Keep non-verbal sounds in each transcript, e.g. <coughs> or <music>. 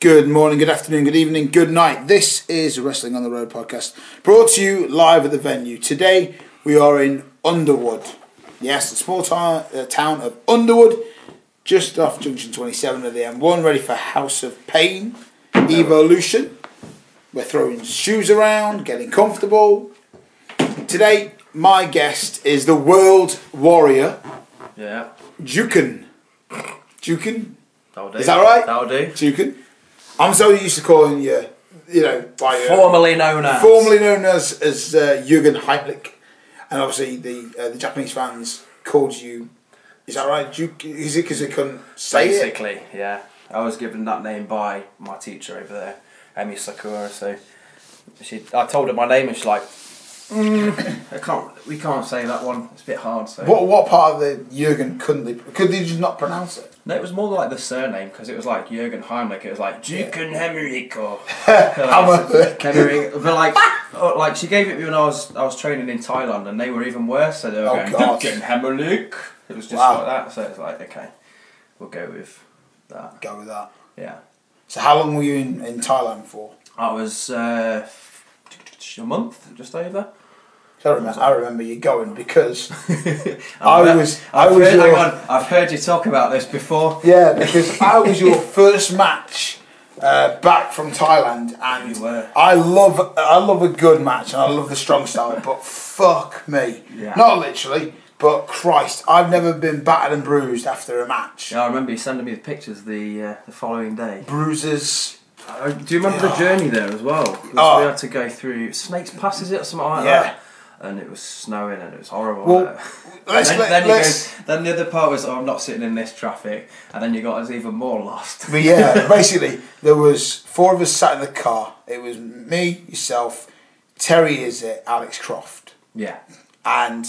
Good morning, good afternoon, good evening, good night. This is Wrestling on the Road podcast brought to you live at the venue. Today we are in Underwood. Yes, the small town, uh, town of Underwood, just off junction 27 of the M1, ready for House of Pain, Evolution. We're throwing shoes around, getting comfortable. Today, my guest is the world warrior, Yeah, Dukin. Dukin? that'll do. Is that right? That'll do. Dukin. I'm so used to calling you, you know, by your- Formerly known as. formerly known as as uh, Jürgen Heimlich, and obviously the uh, the Japanese fans called you. Is that right? Duke? Is it because they couldn't say it? Basically, yeah. I was given that name by my teacher over there, Emi Sakura. So she, I told her my name, and she's like, mm, <coughs> "I can't. We can't say that one. It's a bit hard." So What what part of the Jürgen couldn't they? Could they just not pronounce it? no, it was more like the surname because it was like Jürgen Heimlich. It was like Juken Henrik <laughs> or Hammer. Henrik. But like, oh, like she gave it me when I was I was training in Thailand, and they were even worse. So they were Oh, going God. Juken Henrik. It was just Wow. like that. So it's like, okay, we'll go with that. Go with that. Yeah. So how long were you in, in Thailand for? I was uh, a month, <laughs> just over. I remember, I remember you going because I've I heard- was I I've was heard, your, hang on, I've heard you talk about this before. yeah because I was your first match uh, back from Thailand and You were. I love I love a good match and I love the strong style but fuck me Yeah. not literally but Christ I've never been battered and bruised after a match Yeah, I remember you sending me the pictures the uh, the following day. bruises Uh, do you remember the journey there as well? 'Cause Oh. We had to go through Snakes Pass, is it, or something like Yeah. that? And it was snowing <laughs> and it was horrible. Well, there. let's- then, let- then, you let's- go- then the other part was, oh, I'm not sitting in this traffic. And then you got us even more <laughs> lost. But yeah, basically, there was four of us sat in the car. It was me, yourself, Terry, is it Alex Croft, yeah. and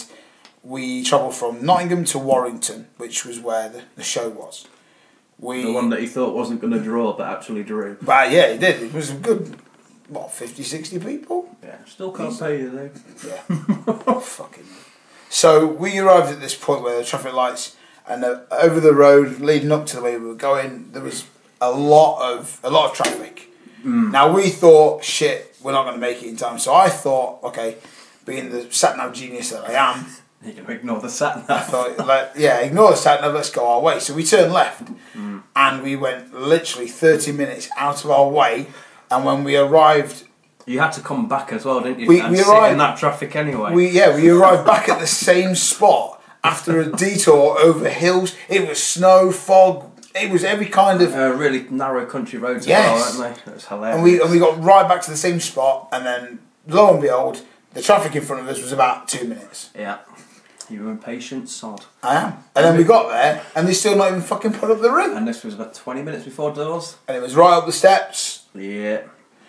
we travelled from Nottingham to Warrington, which was where the, the show was. We, The one that you thought wasn't going to draw, but actually drew. but yeah, it did. It was a good, what, 50, 60 people. Yeah. Still can't pay you though. Yeah. Fucking. So we arrived at this point where the traffic lights and uh, over the road leading up to the way we were going, there was a lot of a lot of traffic. Now we thought, shit, we're not going to make it in time. So I thought, okay, being the sat nav genius that I am, You can ignore the sat I thought, <laughs> like, yeah, ignore the sat nav, let's go our way. So we turned left, and we went literally thirty minutes out of our way. And when we arrived You had to come back as well, didn't you? We- and we sit arrived- in that traffic anyway. We yeah, we arrived back at the same spot after a detour over hills. It was snow, fog. It was every kind of. uh, really narrow country roads Yes. as well, weren't they? It was hilarious. And we and we got right back to the same spot, and then lo and behold, the traffic in front of us was about two minutes. yeah. You were impatient, sod. I am. And then we got there, and they still not even fucking put up the ring. And this was about 20 minutes before doors. And it was right up the steps. Yeah.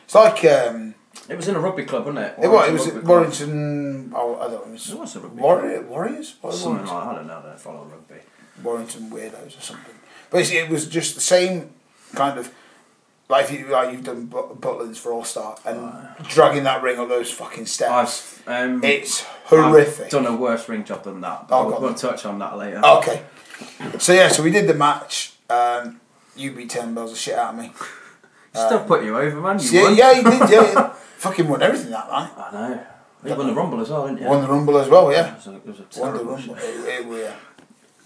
It's like um, It was in a rugby club, wasn't it? it was. It was Warrington at Rugby Club. Warrington. Oh, I don't know. It It was a rugby Warrior, Warriors. What was it? Something like that. I don't know. I don't follow rugby. Warrington weirdos or something. But it's, it was just the same kind of like if you like you've done but- Butlins for All Star and dragging that ring up those fucking steps. I've, um, it's horrific. I've done a worse ring job than that. Oh, But God. Oh. we'll, we'll touch on that later. Okay, so yeah, so we did the match. Um, you beat ten bells of shit out of me. Still put you over, man. <laughs> You Yeah, won. yeah, you did. Yeah, you fucking won everything that night. I know. You won the rumble as well, didn't you? Won the rumble as well. It Yeah, was a, it was a won the terrible rumble. It, it,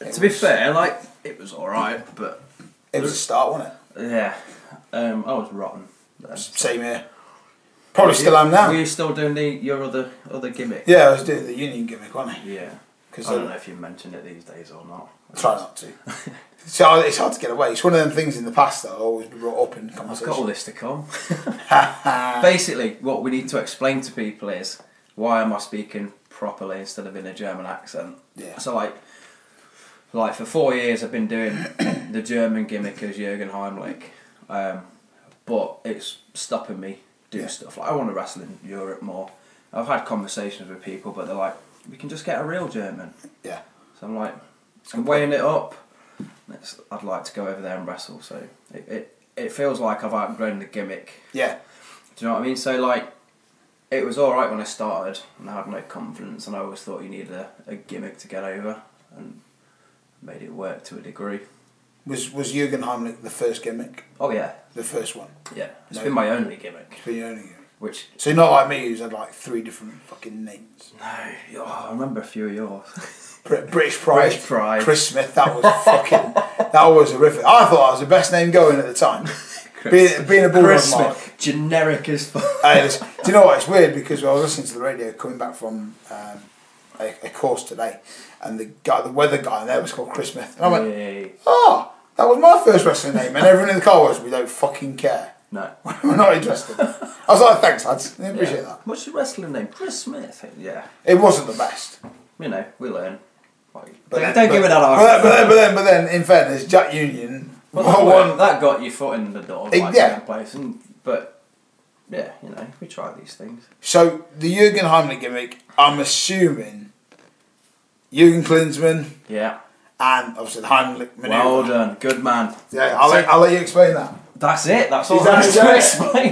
yeah. It To be was- fair, like it was all right, but it was a start, wasn't it? yeah, um, I was rotten. then. Same here. Probably still am Were now. you still doing the your other other gimmick? Yeah, I was doing the union gimmick, wasn't I? Oh, Yeah. I Because don't know if you mention it these days or not. Try not to. so it's hard to get away. It's one of them things in the past that will always be brought up in I've got all conversation. this to come. <laughs> Basically, what we need to explain to people is why am I speaking properly instead of in a German accent? Yeah. So like, like for four years I've been doing <coughs> the German gimmick as Jürgen Heimlich, um, but it's stopping me doing Yeah. stuff. Like I want to wrestle in Europe more. I've had conversations with people, but they're like, we can just get a real German. Yeah. So I'm like, I'm weighing it up. It's, I'd like to go over there and wrestle. So it, it, it feels like I've outgrown the gimmick. Yeah. Do you know what I mean? So like, it was all right when I started, and I had no confidence, and I always thought you needed a, a gimmick to get over, and made it work to a degree. Was was Jurgen Heimlich the first gimmick? Oh yeah, The first one. yeah. It's No. been my only gimmick, For your own gimmick. which So you're not like me who's had like three different fucking names. no, oh, I remember a few of yours. Br- British Pride. British Pride. Chris Smith, that was fucking that was horrific. I thought that was the best name going at the time. being, <laughs> being a bulldog Chris mark. Smith, generic as fuck. Hey, listen, do you know what? It's weird because I was listening to the radio coming back from um, a, a course today, and the guy, the weather guy there was called Chris Smith. And <laughs> I went, Hey, oh, that was my first wrestling name. And everyone in the car was, we don't fucking care. <laughs> no. We're not interested. I was like, thanks, lads. I appreciate Yeah. What's your wrestling name? Chris Smith. Yeah, that. It wasn't the best. you know we learn. Like, But then- don't don't but- give it that But then, argument. but, then, but, then, but then, in fairness, Jack Union. <laughs> Well, well, that, one, that got your foot in the door, It- like, yeah. yeah. place, and but yeah, you know, we try these things. so the Jurgen Heimlich gimmick, I'm assuming Jurgen Klinsmann Yeah, and obviously the Heimlich maneuver. well done, good man. Yeah, I'll, let, So- I'll let you explain that. That's it. That's all Is that I it? had to <laughs>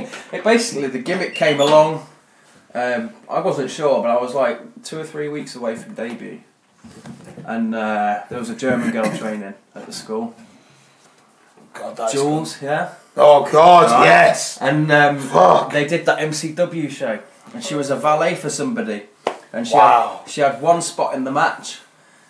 explain. It basically the gimmick came along. Um, I wasn't sure, but I was like two or three weeks away from debut, and uh, there was a German girl <laughs> training at the school. God, that's Jules, yeah, Oh God, Right. yes. and um, Fuck. they did that MCW show, and she was a valet for somebody, and she Wow. had, she had one spot in the match.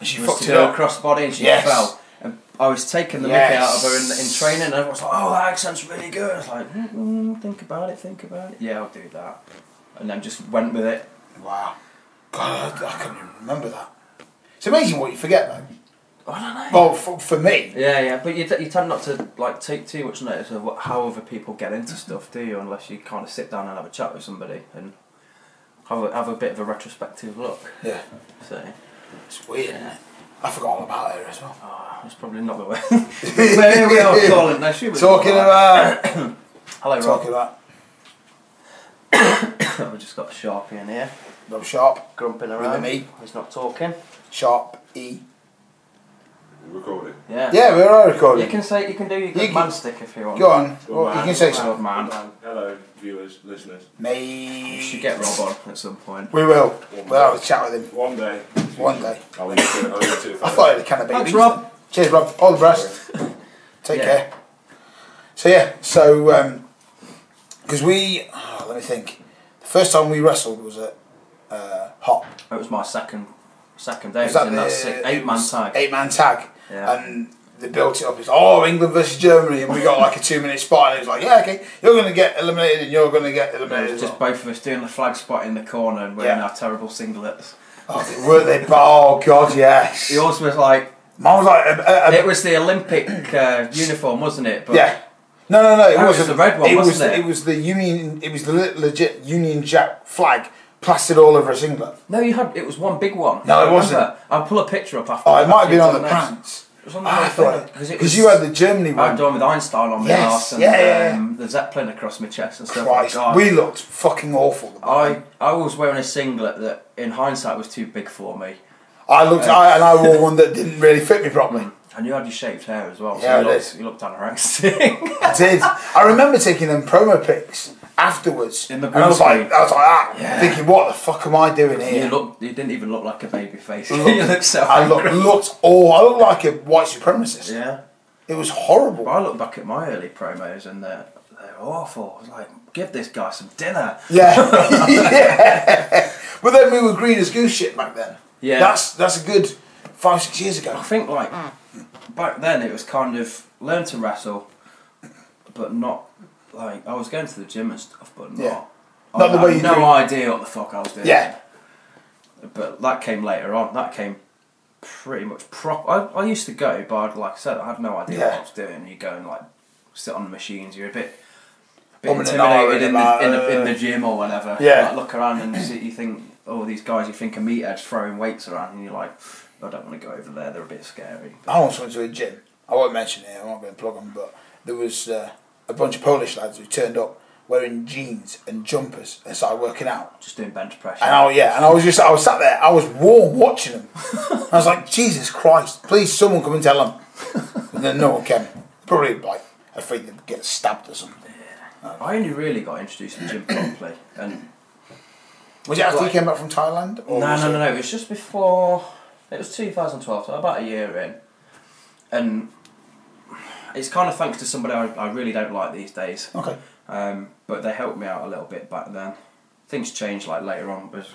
She was fucked to it do a up. crossbody and she Yes. fell. And I was taking the mickey out of her in, in Yes. training, and everyone was like, "Oh, that accent's really good." I was like, "Mm, mm, "Think about it, think about it." Yeah, I'll do that, and then just went with it. Wow. God, I, I couldn't even remember that. It's amazing what you forget though. I don't know. Well, for, for me, Yeah, yeah, but you, t- you tend not to like take too much notice of what, how other people get into stuff, do you? Unless you kind of sit down and have a chat with somebody and have a, have a bit of a retrospective look. yeah, So it's weird. Isn't it? I forgot all about her as well. oh, that's probably not the <laughs> way. Where <laughs> we are calling now. She was Talking about Hello, Rob. talking about <laughs> I've just got a sharpie in here. Rob Sharp, grumping With around. an E. He's not talking. Sharp E. Recording. Yeah. Yeah, we are recording. You can say you can do your good can- man stick if you want. Go on. Good Well, man. Oh, you can say Good so. Good man. Hello, viewers, listeners. Me. You should get Rob on at some point. We will. We'll have a chat with him. One day. One day. I'll leave you to it. I'll leave you to it. I thought it kind of Thanks, Rob. Cheers, Rob. All the best. Take Yeah. care. So yeah, so because we oh, let me think. The first time we wrestled was at uh, Hot. It was my second second day. Was Was that in the- that six, eight man tag. Eight man tag, Yeah. and they built it up as oh England versus Germany, and we got like a two minute spot, and it was like yeah okay, you're gonna get eliminated and you're gonna get It eliminated. was as just well. both of us doing the flag spot in the corner and wearing Yeah. our terrible singlets. oh, were they? Oh god, <laughs> yes. Yours was like Mine was like uh, a, a, a it was the Olympic uh, uniform, wasn't it? But Yeah. No, no, no. It That was wasn't. the red one, it wasn't was, it? It was the Union. It was the le- legit Union Jack flag plastered all over a singlet. No, you had it was one big one. No, I it remember. wasn't. I'll pull a picture up after. Oh, it might have after been you've on the done this. pants. It was on the Ah, I whole thought thing, it because was- you had the Germany I had one. done with Einstein on my Yes, arse and yeah, yeah, um, the Zeppelin across my chest and stuff. Christ, Oh, God. we looked fucking awful. I, I was wearing a singlet that, in hindsight, was too big for me. I looked, I, and I <laughs> wore one that didn't really fit me properly. And you had your shaved hair as well, so Yeah, you, I looked, did. you looked anorexic. <laughs> I did. I remember taking them promo pics afterwards, In the and I was like, windscreen. I was like, ah, Yeah. thinking, what the fuck am I doing here? you looked, you didn't even look <laughs> like a baby face. <laughs> Look- you looked so I looked, angry. <laughs> looked, oh, I looked like a white supremacist. Yeah, It was horrible. but I look back at my early promos and they're they're awful. I was like, give this guy some dinner. Yeah. <laughs> <laughs> yeah. But then we were green as goose shit back then. Yeah. That's that's a good five, six years ago. I think like back then it was kind of learn to wrestle, but not like I was going to the gym and stuff, but not. Yeah. I Not the had way you No do it. idea what the fuck I was doing. Yeah. But that came later on. That came pretty much prop. I, I used to go, but I'd, like I said, I had no idea what Yeah. I was doing. You go and like sit on the machines. You're a bit. Bit Umming and ahhing intimidated in the, about, in, the, in uh, the gym or whatever. Yeah. Like, look around and see, you think, oh, these guys you think are meatheads throwing weights around, and you're like, I don't want to go over there. They're a bit scary. I once went to a gym. I won't mention it. I'm not going to plug them, but there was uh, a bunch of Polish lads who turned up wearing jeans and jumpers and started working out. just doing bench press. And I yeah, and I was just I was sat there. I was warm watching them. I was like, Jesus Christ! Please, someone come and tell them. And then no one came. Probably like afraid they'd get stabbed or something. I only really got introduced to gym properly, and Was it after Right. you came back from Thailand? no, Or was no, it- no, no. It was just before. It was 2012, so about a year in, and it's kind of thanks to somebody I, I really don't like these days. Okay. Um, but they helped me out a little bit back then. Things changed like later on, but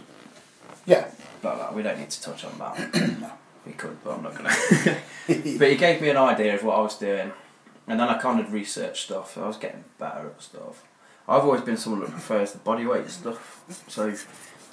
Yeah. blah, blah, we don't need to touch <clears throat> on that. we could, but I'm not gonna. <laughs> but he gave me an idea of what I was doing, and then I kind of researched stuff. I was getting better at stuff. I've always been someone that prefers the body weight stuff, so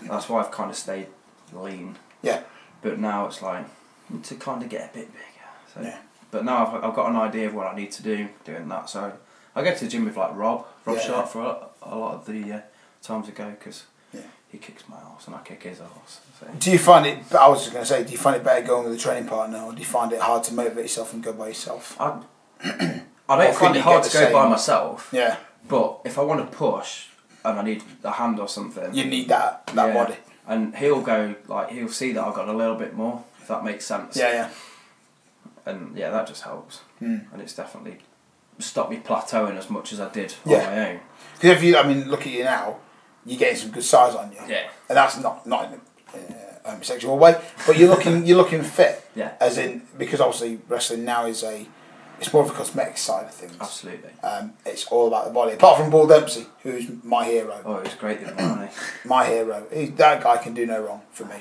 that's why I've kind of stayed lean. Yeah. But now it's like I need to kind of get a bit bigger. So, Yeah. But now I've, I've got an idea of what I need to do doing that. So I go to the gym with like Rob, Rob Yeah. Sharp for a, a lot of the uh, times ago because Yeah. he kicks my ass and I kick his ass. So. Do you find it? I was just going to say, do you find it better going with a training partner, or do you find it hard to motivate yourself and go by yourself? <clears throat> I, I I don't think find you it hard get to the go same. by myself, Yeah, but if I want to push and I need a hand or something, you need that that yeah, body. And he'll go like he'll see that I've got a little bit more, if that makes sense. Yeah, yeah, And yeah, that just helps, Mm. and it's definitely stopped me plateauing as much as I did Yeah. on my own. Because if you, I mean, look at you now, you're getting some good size on you. Yeah. and that's not not in a uh, homosexual way, but you're looking you're looking fit. <laughs> Yeah. as in because obviously wrestling now is a it's more of a cosmetic side of things. Absolutely. Um, it's all about the body. Apart from Paul Dempsey, who's my hero, Oh, it was great the other morning. <clears throat> my hero. He, that guy can do no wrong for me.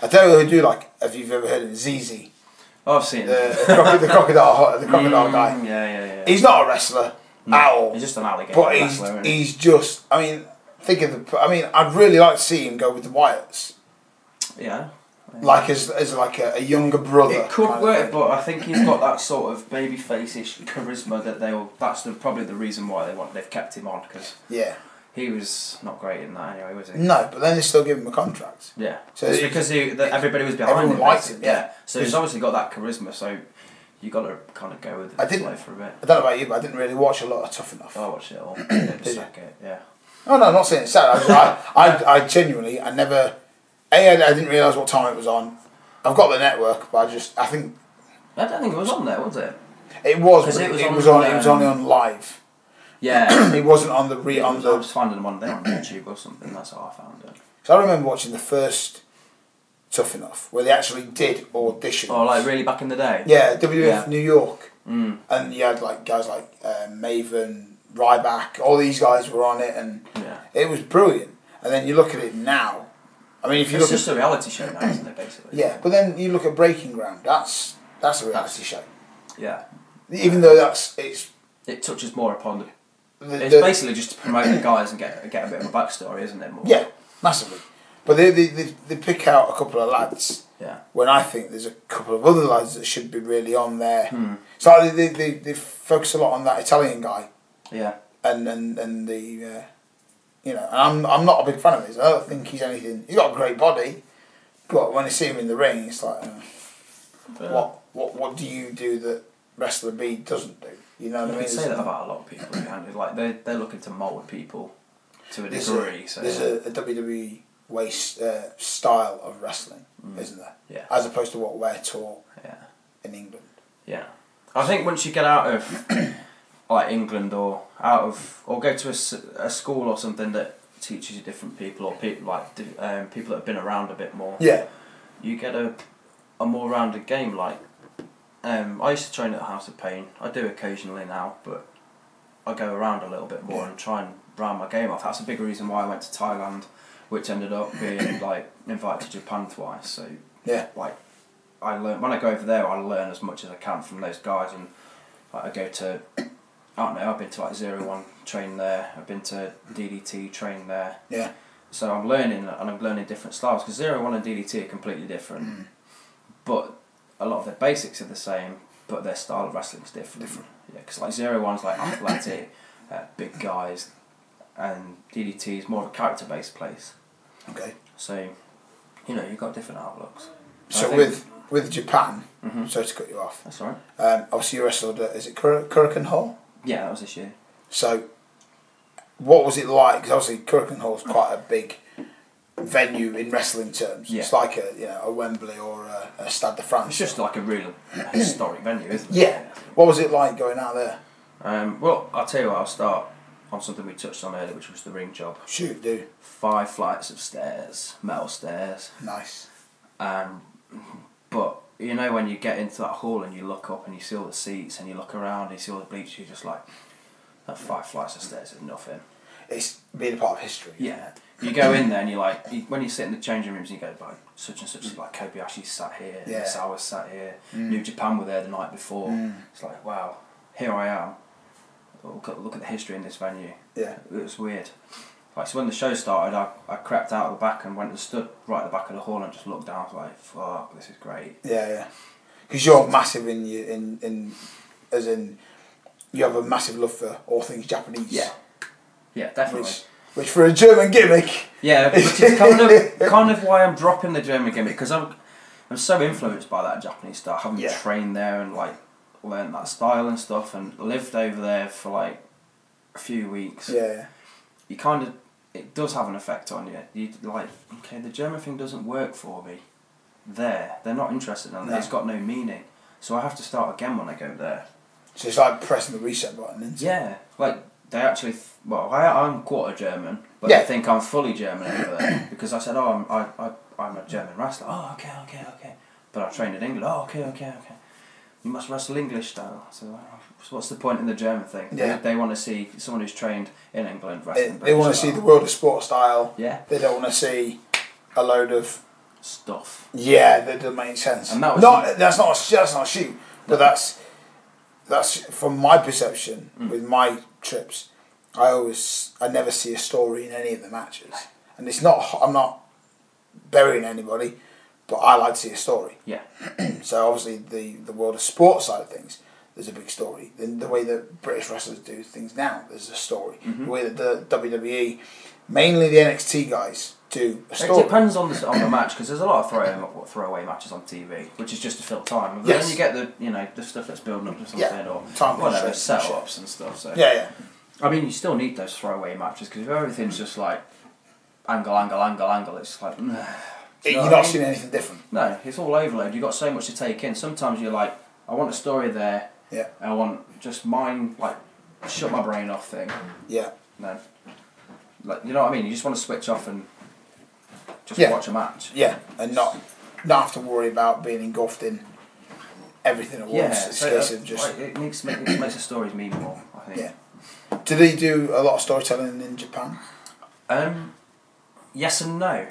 I tell you who I do like. Have you ever heard of ZZ? Oh, I've seen it. the, the, croco- the crocodile, the crocodile Mm, guy. Yeah, yeah, yeah. He's not a wrestler at all, He's just an alligator. but that's where, he's isn't he? he's just. I mean, think of the. I mean, I'd really like to see him go with the Wyatts, yeah. like as as like a, a younger brother. It could kind of work, thing. but I think he's got that sort of baby face-ish charisma that they'll. That's the, probably the reason why they want they've kept him on because yeah, he was not great in that anyway, was he? no, but then they still give him a contract. Yeah. So So it's it- because he, that everybody was behind everyone him. liked basically. him, yeah. So he's obviously got that charisma. So you got to kind of go with I the didn't- flow for a bit. I don't know about you, but I didn't really watch a lot of Tough Enough. I watched it <clears throat> all. yeah, you? sack it, yeah. Oh no, I'm not saying it's sad. I, was- I, I, I genuinely, I never. A, I, I didn't realize what time it was on. I've got the network, but I just, I think I don't think it was on there, was it? it was, 'Cause but it it was it on, was on, it was um, only on live. <clears throat> Yeah. It wasn't on the re I on was the just finding one there on YouTube or something. That's how I found it. So I remember watching the first Tough Enough, where they actually did auditions. Oh, like really back in the day. yeah, WF Yeah. New York, Mm. and you had like guys like uh, Maven, Ryback, all these guys were on it, and Yeah. it was brilliant. And then you look at it now. I mean, if you It's look at just a reality show now, isn't it? Basically. yeah, but then you look at Breaking Ground. That's that's a reality show. Yeah. Even though that's it's It touches more upon the the, It's the- basically just to promote the guys and get get a bit of a backstory, isn't it? More? yeah massively. But they, they, they, they pick out a couple of lads Yeah. when I think there's a couple of other lads that should be really on there. Hmm. So they, they, they, they focus a lot on that Italian guy Yeah. and and and the uh, you know, and I'm I'm not a big fan of his. I don't think he's anything. He's got a great body, but when I see him in the ring, it's like, uh, what what what do you do that wrestler B doesn't do? You know what I uh, You mean? could say that about a lot of people. Behind it. Like they're they're looking to mould people to a There's degree. a, so there's a, a WWE way s- uh, style of wrestling, isn't there? Mm. yeah, As opposed to what we're taught yeah, in England. yeah. I think once you get out of <coughs> like England or out of or go to a, s- a school or something that teaches you different people or people like di- um, people that have been around a bit more, Yeah, you get a a more rounded game. Like um, I used to train at House of Pain. I do occasionally now, but I go around a little bit more Yeah. and try and round my game off. That's a big reason why I went to Thailand, which ended up being like invited to Japan twice. So yeah, like I learn when I go over there, I learn as much as I can from those guys, and like, I go to I don't know. I've been to like zero one train there. I've been to DDT train there. yeah. So I'm learning and I'm learning different styles because Zero One and DDT are completely different, Mm. but a lot of their basics are the same, but their style of wrestling is different. Different. Yeah, because like Zero One's like athletic, <coughs> uh, big guys, and DDT is more of a character based place. Okay. So, you know, you've got different outlooks. I So think- with with Japan, Mhm. sorry to cut you off. That's all right. Um, obviously, you wrestled at is it Kur- Kurikan Hall? Yeah, that was this year. So, what was it like? Because obviously, Kurikan Hall is quite a big venue in wrestling terms. Yeah. It's like a you know a Wembley or a, a Stade de It's France. just like <coughs> a real historic venue, isn't it? Yeah. What was it like going out there? Um, well, I'll tell you what. I'll start on something we touched on earlier, which was the ring job. Shoot, dude, Five flights of stairs, metal stairs. nice. Um, but you know when you get into that hall and you look up and you see all the seats and you look around and you see all the bleachers, you're just like, that five flights of stairs is nothing. It's being a part of history. Yeah. You go in there and you're like, you, when you sit in the changing rooms and you go, like, such and such, like Kobayashi sat here, Yeah. Misawa sat here, New Japan were there the night before. It's like, wow, here I am. Oh, Look at, look at the history in this venue. Yeah. It was weird. Like, so when the show started, I, I crept out of the back and went and stood right at the back of the hall and just looked down. I was like, fuck, this is great. Yeah, yeah. Because you're massive in you in in as in you have a massive love for all things Japanese. Yeah. Yeah, definitely. Which which for a German gimmick. Yeah, which is kind of kind of why I'm dropping the German gimmick because I'm I'm so influenced by that Japanese style, having Yeah. trained there and like learned that style and stuff, and lived over there for like a few weeks. Yeah. You kind of it does have an effect on you. You like okay, the German thing doesn't work for me. There, they're not interested in it. No. It's got no meaning. So I have to start again when I go there. So it's like pressing the reset button. Isn't it? Yeah, like they actually. Th- well, I, I'm quarter German, but Yeah. they think I'm fully German over there <coughs> because I said, "Oh, I'm I, I, I'm a German wrestler." Oh, okay, okay, okay. But I trained in England. Oh, okay, okay, okay. You must wrestle English style. So, so what's the point in the German thing? Yeah. They, they want to see someone who's trained in England They, wrestling. they want to see the world of sport style. yeah They don't want to see a load of stuff. yeah that doesn't make sense. And that was- not that's not a, sh- that's not a shoot, but that's that's from my perception Mm. with my trips. I always I never see a story in any of the matches, and it's not I'm not burying anybody, but I like to see a story. Yeah, So obviously the the world of sports side of things, there's a big story. The, the way that British wrestlers do things now, there's a story. Mm-hmm. The way that the WWE, mainly the NXT guys, do a it story. depends on the on the match because there's a lot of throwaway throwaway matches on TV, which is just to fill time. But Yes. Then you get the you know the stuff that's building up to something Yeah. or Time whatever constraints and shit. setups and stuff. So Yeah, yeah, I mean, you still need those throwaway matches because if everything's just like angle, angle, angle, angle, it's like you're what not I mean? seeing anything different. no, it's all overload. You've got so much to take in. Sometimes you're like, I want a story there. Yeah. I want just mind like shut my brain off thing. Yeah, No, like you know what I mean. You just want to switch off and just Yeah. watch a match. yeah, and not not have to worry about being engulfed in everything at once. Yeah, it's so uh, a case that- of just like, it makes make, it makes the stories mean more. I think. yeah. Do they do a lot of storytelling in Japan? Um, yes and no.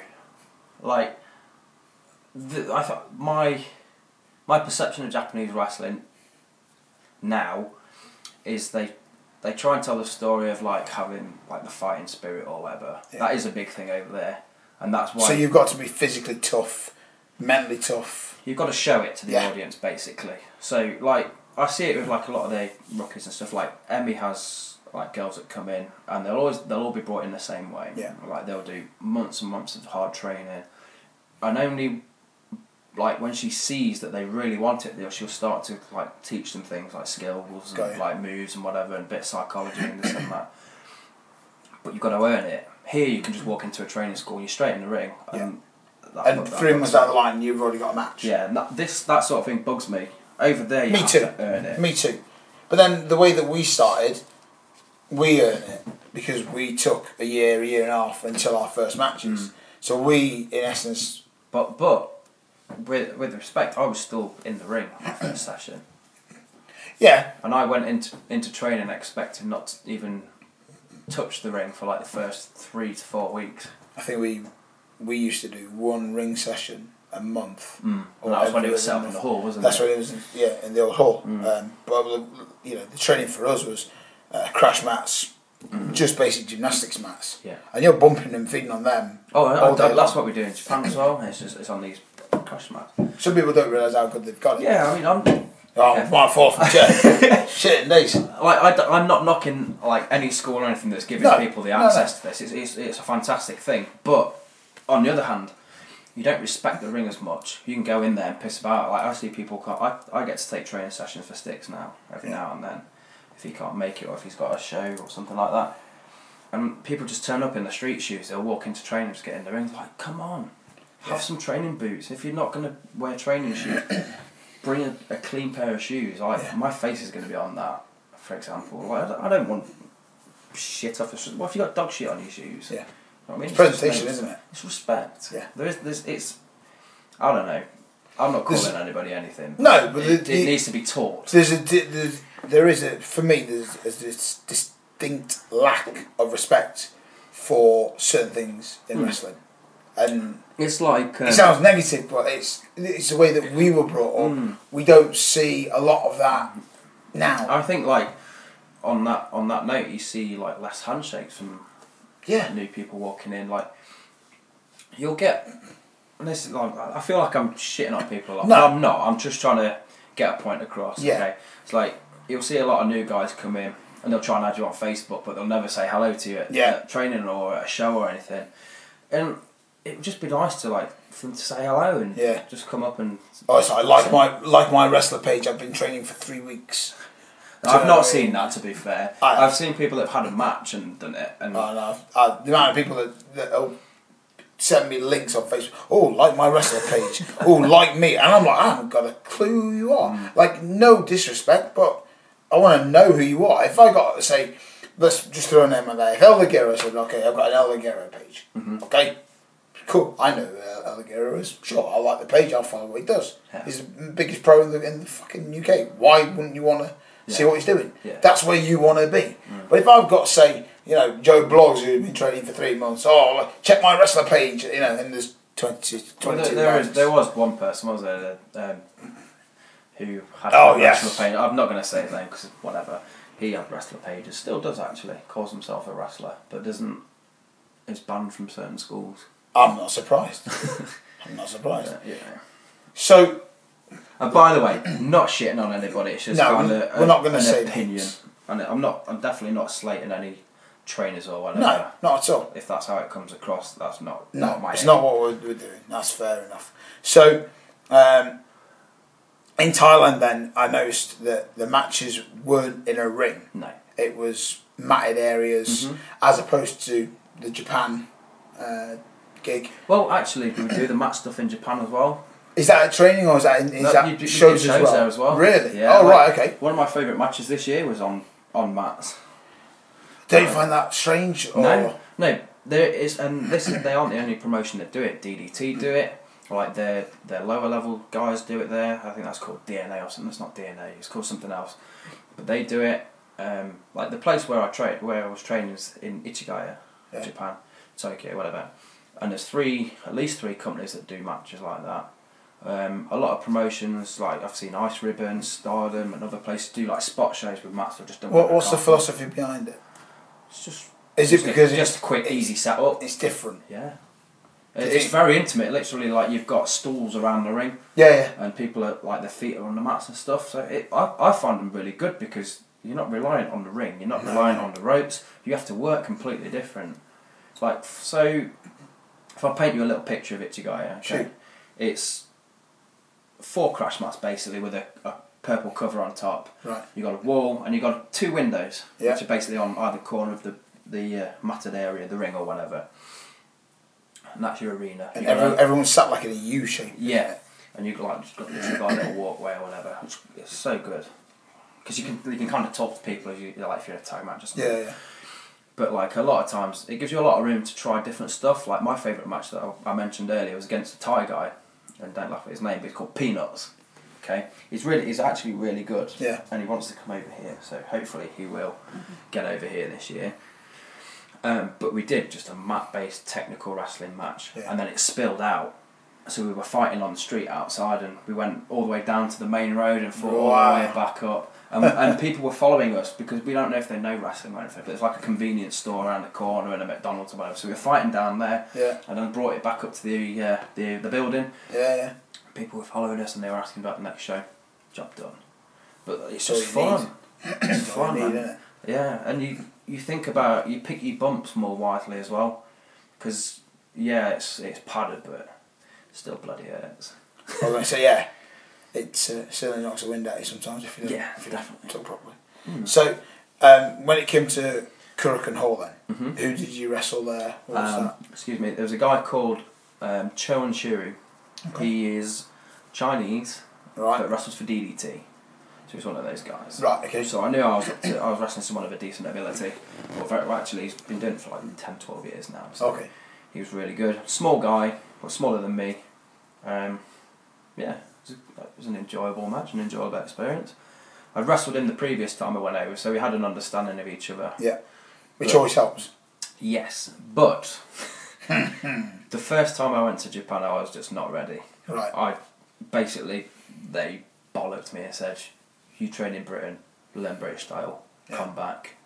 Like, the, I thought my my perception of Japanese wrestling now is they they try and tell the story of like having like the fighting spirit or whatever. Yeah. That is a big thing over there, and that's why So you've got to be physically tough, mentally tough. you've got to show it to the Yeah. audience basically. So like I see it with like a lot of the rookies and stuff. Like Emmy has like girls that come in and they'll always they'll all be brought in the same way. Yeah. Like they'll do months and months of hard training, and only like when she sees that they really want it, they'll- she'll start to like teach them things like skills and Got you. like moves and whatever and a bit of psychology and this and that. But you've got to earn it. Here you can just walk into a training school, you're straight in the ring. And, that- And that- three months down the line, you've already got a match. yeah, and that, this that sort of thing bugs me. Over there, you Me have too. to earn it. Me too. But then the way that we started, we earn it because we took a year, a year and a half until our first Mm. matches. So we, in essence, But but with with respect, I was still in the ring on my first <coughs> session, yeah, and I went into into training expecting not to even touch the ring for like the first three to four weeks. I think we we used to do one ring session a month. Mm. Or And that was when it every was other set up in the month. hall, wasn't That's it? Mm. what it was, in, yeah, in the old hall. Um, but you know, the training for us was uh, crash mats, just basic gymnastics mats. Mm. Yeah. And you're bumping and feeding on them. Oh, and- all and day that's long. what we do in Japan as well. It's just it's on these crash mats. Some people don't realise how good they've got it. Yeah, I mean I'm Oh, Yeah. my <laughs> fourth chair. Shit and days. like I, am not knocking like any school or anything that's giving No, people the no, no. access to this. It's, it's, it's a fantastic thing, but on the other hand, you don't respect the ring as much. You can go in there and piss about. Like I see people. Can't, I I get to take training sessions for sticks now every now and then, if he can't make it or if he's got a show or something like that. And people just turn up in the street shoes. They'll walk into training, just get in the ring. Like, come on, have some training boots. If you're not gonna wear <coughs> training shoes, bring a, a clean pair of shoes. Like Yeah. my face is gonna be on that, for example. Like I don't, I don't want shit off. The, what if you got dog shit on your shoes? Yeah. You know what I mean, Presentation, just- isn't it? It's respect. Yeah. There is. There's. It's. I don't know. I'm not This- calling anybody anything. No, but It, the- it the- needs to be taught. there's a di- there's, there is a for me there's a dis- distinct lack of respect for certain things in wrestling, and It's like um, it sounds negative, but it's it's the way that we were brought up. We don't see a lot of that now. I think like on that on that note, you see like less handshakes from yeah, new people walking in. Like you'll get. And this is like I feel like I'm shitting on people a lot. No. but I'm not. I'm just trying to get a point across. Yeah. Okay. It's like you'll see a lot of new guys come in and they'll try and add you on Facebook, but they'll never say hello to you at, Yeah. at training or at a show or anything. And it would just be nice to like for them to say hello and Yeah. just come up and. oh, it's like, like my like my wrestler page. I've been training for three weeks. I've not seen that to be fair. I- I've seen people that have had a match and done it, and Oh, no, uh, the amount of people that, that will send me links on Facebook, oh, like my wrestler page, oh, like me. And I'm like, I haven't got a clue who you are. Like, no disrespect, but I want to know who you are. If I got, say, let's just throw a name out there. If El Ligero said, okay, I've got an El Ligero page, okay, cool, I know who El Ligero is. Sure, I like the page, I'll follow what he does. Yeah. He's the biggest pro in the, in the fucking UK. Why wouldn't you want to see Yeah. what he's doing? Yeah. Mm. That's where you want to be. But if I've got, say, you know, Joe Blogs who's been training for three months, oh, check my wrestler page, you know, and there's 20, Well, 22 there, there, is, guys. there was one person, was there, that, um, who had Oh, a yes. wrestler page. I'm not going to say his name because whatever. He had wrestler pages, still does actually, calls himself a wrestler, but doesn't. Is banned from certain schools. Uh, I'm not <laughs> surprised. I'm not surprised. Yeah. So, And by the way, <clears throat> not shitting on anybody. It's just No, kind we- of we're not gonna an say opinion. names. And I'm not. I'm definitely not slating any trainers or whatever. no, not at all. If that's how it comes across, that's not. No, not my it's aim. not what we're, we're doing. That's fair enough. So, um, in Thailand, then I noticed that the matches weren't in a ring. No. It was matted areas, Mm-hmm. as opposed to the Japan uh, gig. Well, actually, we do the match stuff in Japan as well. Is that a training or is that, in, is No, that you do- you shows, do as well? there as well. Really? Yeah, oh like, right, okay. One of my favourite matches this year was on on mats. Don't you find that strange? Or, No, no, there is, and this is they aren't the only promotion that do it. DDT do it. Like their their lower level guys do it there. I think that's called DNA or something. It's not DNA. It's called something else. But they do it. Um, like the place where I trained, where I was training is in Ichigaya, Yeah. Japan, Tokyo, whatever. And there's three, at least three companies that do matches like that. Um, a lot of promotions, like I've seen Ice Ribbon, Stardom, and other places do like spot shows with mats. They've just done. What, what's the philosophy? philosophy behind it? It's just Is it just a- because it's- just a quick, easy setup? It's different. Yeah, Did It- it's you- very intimate. Literally, like you've got stools around the ring, Yeah, yeah. and people are like their feet are on the mats and stuff. So it, I I find them really good because you're not reliant on the ring, you're not No. reliant on the ropes. You have to work completely different. Like f- so, if I paint you a little picture of Ichigaya, okay, Sure. it's four crash mats basically with a, a purple cover on top. Right. You got a wall and you got two windows, Yeah. which are basically on either corner of the the uh, matted area, the ring or whatever. And that's your arena. And You got everyone, a- everyone's sat like in a U shape. yeah, and you've like just got literally got a little walkway or whatever. It's, it's so good because you can you can kind of talk to people if you like if you're in a tag match or something. Yeah, yeah. But like a lot of times, it gives you a lot of room to try different stuff. Like my favourite match that I, I mentioned earlier was against a Thai guy, and don't laugh at his name, but he's called Peanuts. Okay, he's really he's actually really good. Yeah. and he wants to come over here, so hopefully he will get over here this year. Um, but we did just a mat based technical wrestling match, Yeah. and then it spilled out. So we were fighting on the street outside, and we went all the way down to the main road and fought all the Wow. way back up. <laughs> And, and people were following us because we don't know if they know wrestling or anything, but it's like a convenience store around the corner and a McDonald's or whatever. So we were fighting down there, Yeah, and then brought it back up to the uh, the, the building. yeah, yeah. People were following us, and they were asking about the next show. Job done. But it's That's just all you <clears throat> fun. it's That's what fun, you man. need, innit? Yeah, and you you think about you pick your bumps more widely as well, because yeah, it's it's padded, but still bloody hurts. I was going to say, yeah, it uh, certainly knocks the wind out of you sometimes if you don't, Yeah, if you don't definitely. talk properly. So, um, when it came to Currican Hall, then, Mhm. who did you wrestle there? What was Um, that? excuse me. There was a guy called um, Choan Shuru. He is Chinese, Right, but wrestles for DDT, so he's one of those guys. right, okay. So I knew I was up to, I was wrestling someone of a decent ability. Well, very, well, actually, he's been doing it for like 10, 12 years now. So Okay, he was really good. Small guy, well, smaller than me. Um, yeah, it was, a, it was an enjoyable match, an enjoyable experience. I'd wrestled him the previous time I went over, so we had an understanding of each other. Yeah. Which But- always helps. <laughs> Yes, but <laughs> the first time I went to Japan, I was just not ready. Right. I basically they bollocked me and said, "You train in Britain, learn British style, Yeah. come back."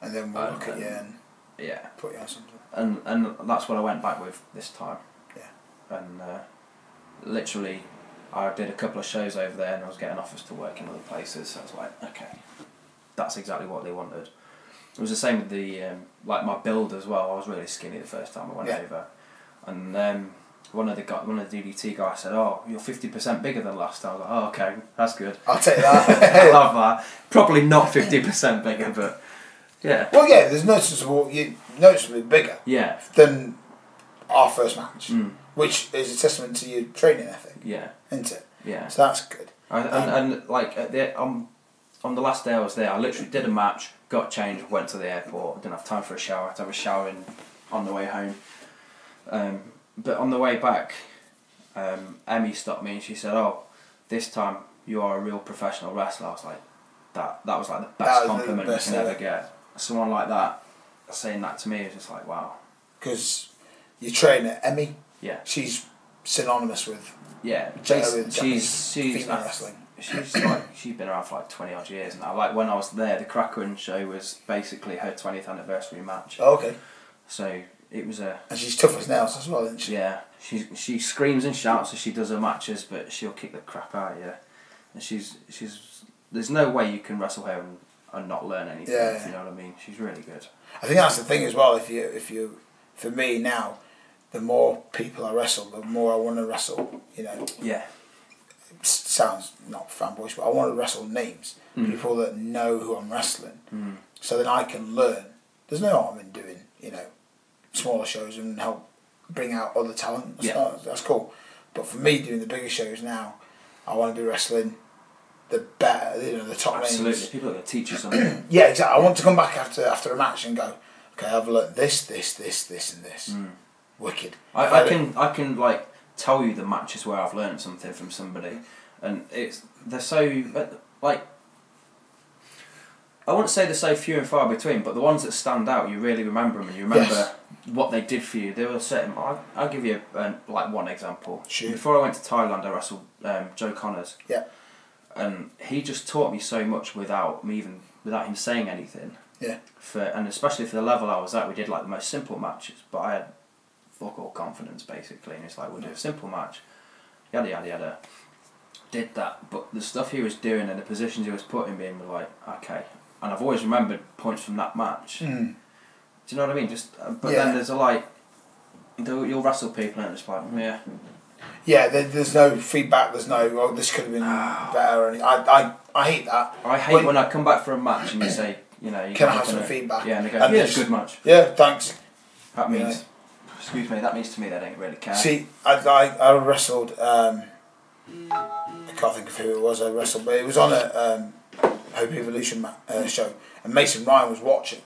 And then we'll I- look at you and Yeah, put you on something. and and that's what I went back with this time. Yeah. And uh, literally, I did a couple of shows over there, and I was getting offers to work in other places. So I was like, okay, that's exactly what they wanted. It was the same with the um, like my build as well. I was really skinny the first time I went Yeah. over, and um, one of the guy, one of the DDT guys said, "Oh, you're fifty percent bigger than last time." I was like, "Oh, okay, that's <laughs> good. I'll take I that. love that. Probably not fifty percent bigger, but yeah, well, yeah, there's noticeable, you noticeably bigger yeah, than our first match, Mm. which is a testament to your training ethic, yeah, isn't it? yeah." So that's good. And, and, and like at the, um, on the last day I was there, I literally did a match, got changed, went to the airport. didn't have time for a shower. I had to have a shower in, on the way home. Um, but on the way back, um, Emmy stopped me and she said, "Oh, this time you are a real professional wrestler." I was like, "That that was like the was best the compliment best you can ever. ever get." Someone like that saying that to me is just like, "Wow, Because your trainer, Emmy, yeah, she's synonymous with yeah." Japanese She's she's, she's female wrestling. she's like she's been around for like twenty odd years now. Like when I was there, the Kraken show was basically her twentieth anniversary match. Oh, okay. So it was a And she's tough as nails as well, isn't she? yeah. She she screams and shouts as she does her matches, but she'll kick the crap out of you. And she's she's there's no way you can wrestle her and, and not learn anything. Yeah, If yeah. you know what I mean? She's really good. I think that's the thing as well. If you, if you, for me now, the more people I wrestle, the more I want to wrestle. You know, Yeah. s- sounds not fanboyish, but I want to wrestle names, people that know who I'm wrestling, Mm. so then I can learn. There's no harm in doing, you know, smaller shows and help bring out other talent. That's, Yeah. not- that's cool. But for me, doing the bigger shows now, I want to be wrestling the better, you know, the top Absolutely. names. People are gonna teach you something. Yeah, exactly. I want to come back after after a match and go, okay, I've learnt this, this, this, this, and this. Mm. Wicked. I, I can I can like tell you the matches where I've learned something from somebody, and it's they're so but, like I wouldn't say they're so few and far between, but the ones that stand out, you really remember them and you remember Yes. uh, what they did for you. There were certain. I'll, I'll give you um, like one example. Sure. Before I went to Thailand, I wrestled um, Joe Connors. Yeah. And he just taught me so much without me even without him saying anything Yeah. for and especially for the level I was at, we did like the most simple matches, but I had fuck all confidence basically, and it's like we'll do a simple match, yada yada yada. Did that, but the stuff he was doing and the positions he was putting me in were like okay, and I've always remembered points from that match. Mm. Do you know what I mean? Just uh, but Yeah. then there's a like, though you'll wrestle people and it's like "Mm, yeah, Yeah, there, there's no feedback. There's no. Oh, this could have been Ah. better. And I, I, I hate that. I hate When- when, I come back for a match and you say you know you Can I guys have are some gonna- feedback? Yeah, and they go And yeah, it's- good match. Yeah, thanks. That means. Yeah. Excuse me, that means to me they don't really care. See, I, I, I wrestled. Um, I can't think of who it was. I wrestled, but it was on a um, Hope Evolution ma- uh, show, and Mason Ryan was watching,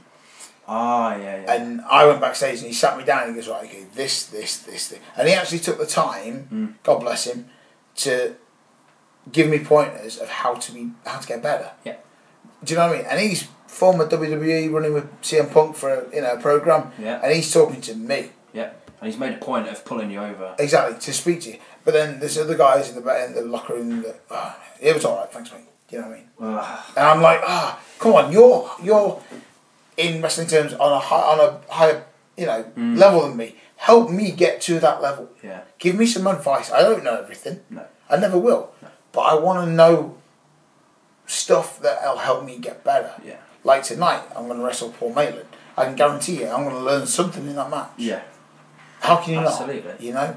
Ah, yeah, yeah. and I went backstage, and he sat me down, and he goes, "Right, okay, this, this, this, this," and he actually took the time. Hmm. God bless him, to give me pointers of how to be, how to get better. Yeah. Do you know what I mean? And he's former WWE, running with CM Punk for a, you know a program, Yeah. and he's talking to me. Yeah, and he's made a point of pulling you over. Exactly, to speak to you. But then there's other guys in the ba- in the locker room that ah, it was all right, thanks mate. Do you know what I mean? Ugh. And I'm like, ah, come on, you're you're in wrestling terms on a high, on a higher you know level than me. Help me get to that level. Mm. Yeah, Give me some advice. I don't know everything. no. I never will. But I want to know stuff that'll help me get better. Yeah. Like tonight, I'm going to wrestle Paul Maitland. I can guarantee you, I'm going to learn something in that match. Yeah. How can you not? Absolutely. Mm. You know.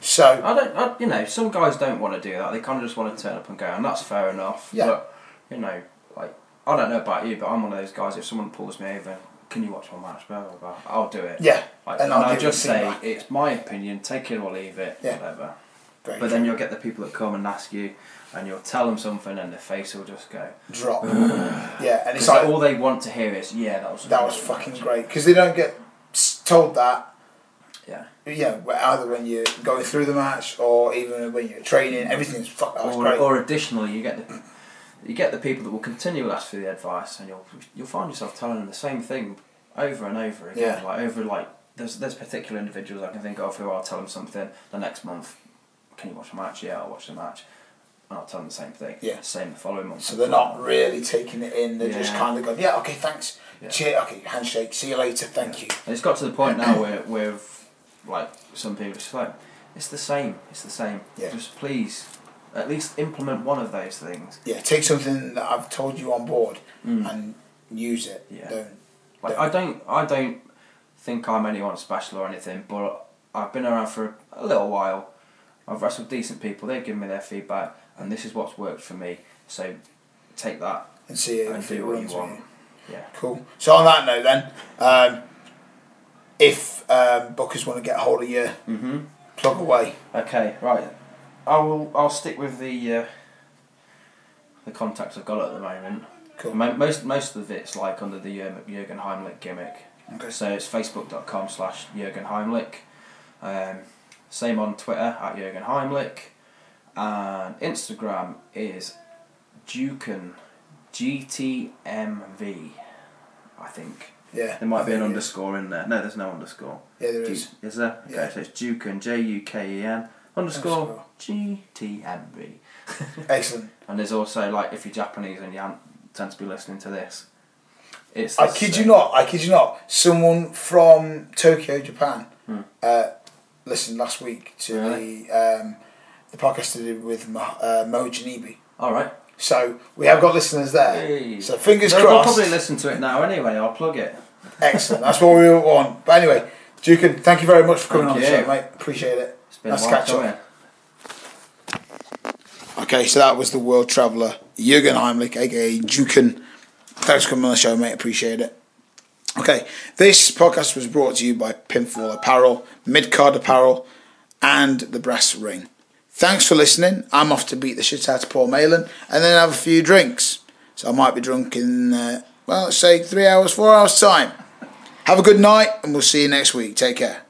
So I don't, I, you know, some guys don't want to do that. They kind of just want to turn up and go, and that's fair enough. Yeah. But, you know, like, I don't know about you, but I'm one of those guys, if someone pulls me over, can you watch my match? Blah, blah, blah. I'll do it. yeah, Like, And and I'll I'll, give you just say, feedback. it's my opinion, take it or leave it, Yeah. whatever. very But then you'll get the people that come and ask you, and you'll tell them something, and their face will just go. <sighs> drop. yeah, and it's 'Cause like all they want to hear is, yeah, that was that was fucking great because they don't get s- told that Yeah. Yeah, well, either when you're going through the match or even when you're training, everything's fuck. That was or, great. or additionally, you get the you get the people that will continually ask for the advice, and you'll you'll find yourself telling them the same thing over and over again. Yeah. Like over like there's there's particular individuals I can think of who I'll tell them something the next month. Can you watch a match? Yeah, I'll watch the match. And I'll tell them the same thing. Yeah. Same the following month. so they're not really taking it in. They're just Yeah. kind of going, yeah, okay, thanks. Yeah. Cheer, okay, handshake. See you later. Thank you. And it's got to the point now where where like some people just like it's the same. It's the same. Yeah. Just please. At least implement one of those things. Yeah, take something that I've told you on board Mm. and use it. Yeah. Don't. Like I don't, I don't think I'm anyone special or anything, but I've been around for a little while. I've wrestled decent people. They've given me their feedback, and this is what's worked for me. So take that And see it and if it do what you runs with want. you. Yeah. Cool. So on that note, then, um, if um, bookers want to get hold of you, Mhm. plug away. Okay. Right. I will. I'll stick with the uh, the contacts I've got at the moment. Cool. Mo- Most most of it's like under the um, Jurgen Heimlich gimmick. Okay. So it's facebook.com slash Jurgen Heimlich. Um, same on Twitter at Jurgen Heimlich. And Instagram is Duken GTMV, I think. Yeah. There might be an Yeah. underscore in there. No, there's no underscore. Yeah, there Du- is. Is there? Okay, Yeah. so it's Duken, J U K E N, underscore Underscore. GTMV. Excellent. And there's also like if you're Japanese and you han- tend to be listening to this, it's. I the kid you same. not. I kid you not. Someone from Tokyo, Japan, Hmm. uh, listened last week to the um, the podcast I did with Mo, uh, Mo Janibi. All right. So we have got listeners there. Yay. So fingers They'll crossed. probably listen to it now anyway. I'll plug it. Excellent. That's what we all want. But anyway, Dukin, thank you very much for coming Thank on the you. show, mate. Appreciate it. It's been Nice a to while catch up. coming. Okay, so that was the world traveller Jürgen Heimlich, aka Duken. Thanks for coming on the show, mate. Appreciate it. Okay, this podcast was brought to you by Pinfall Apparel, Midcard Apparel, and the Brass Ring. Thanks for listening. I'm off to beat the shit out of Paul Malin and then have a few drinks. So I might be drunk in, uh, well, let's say three hours, four hours' time. Have a good night, and we'll see you next week. Take care.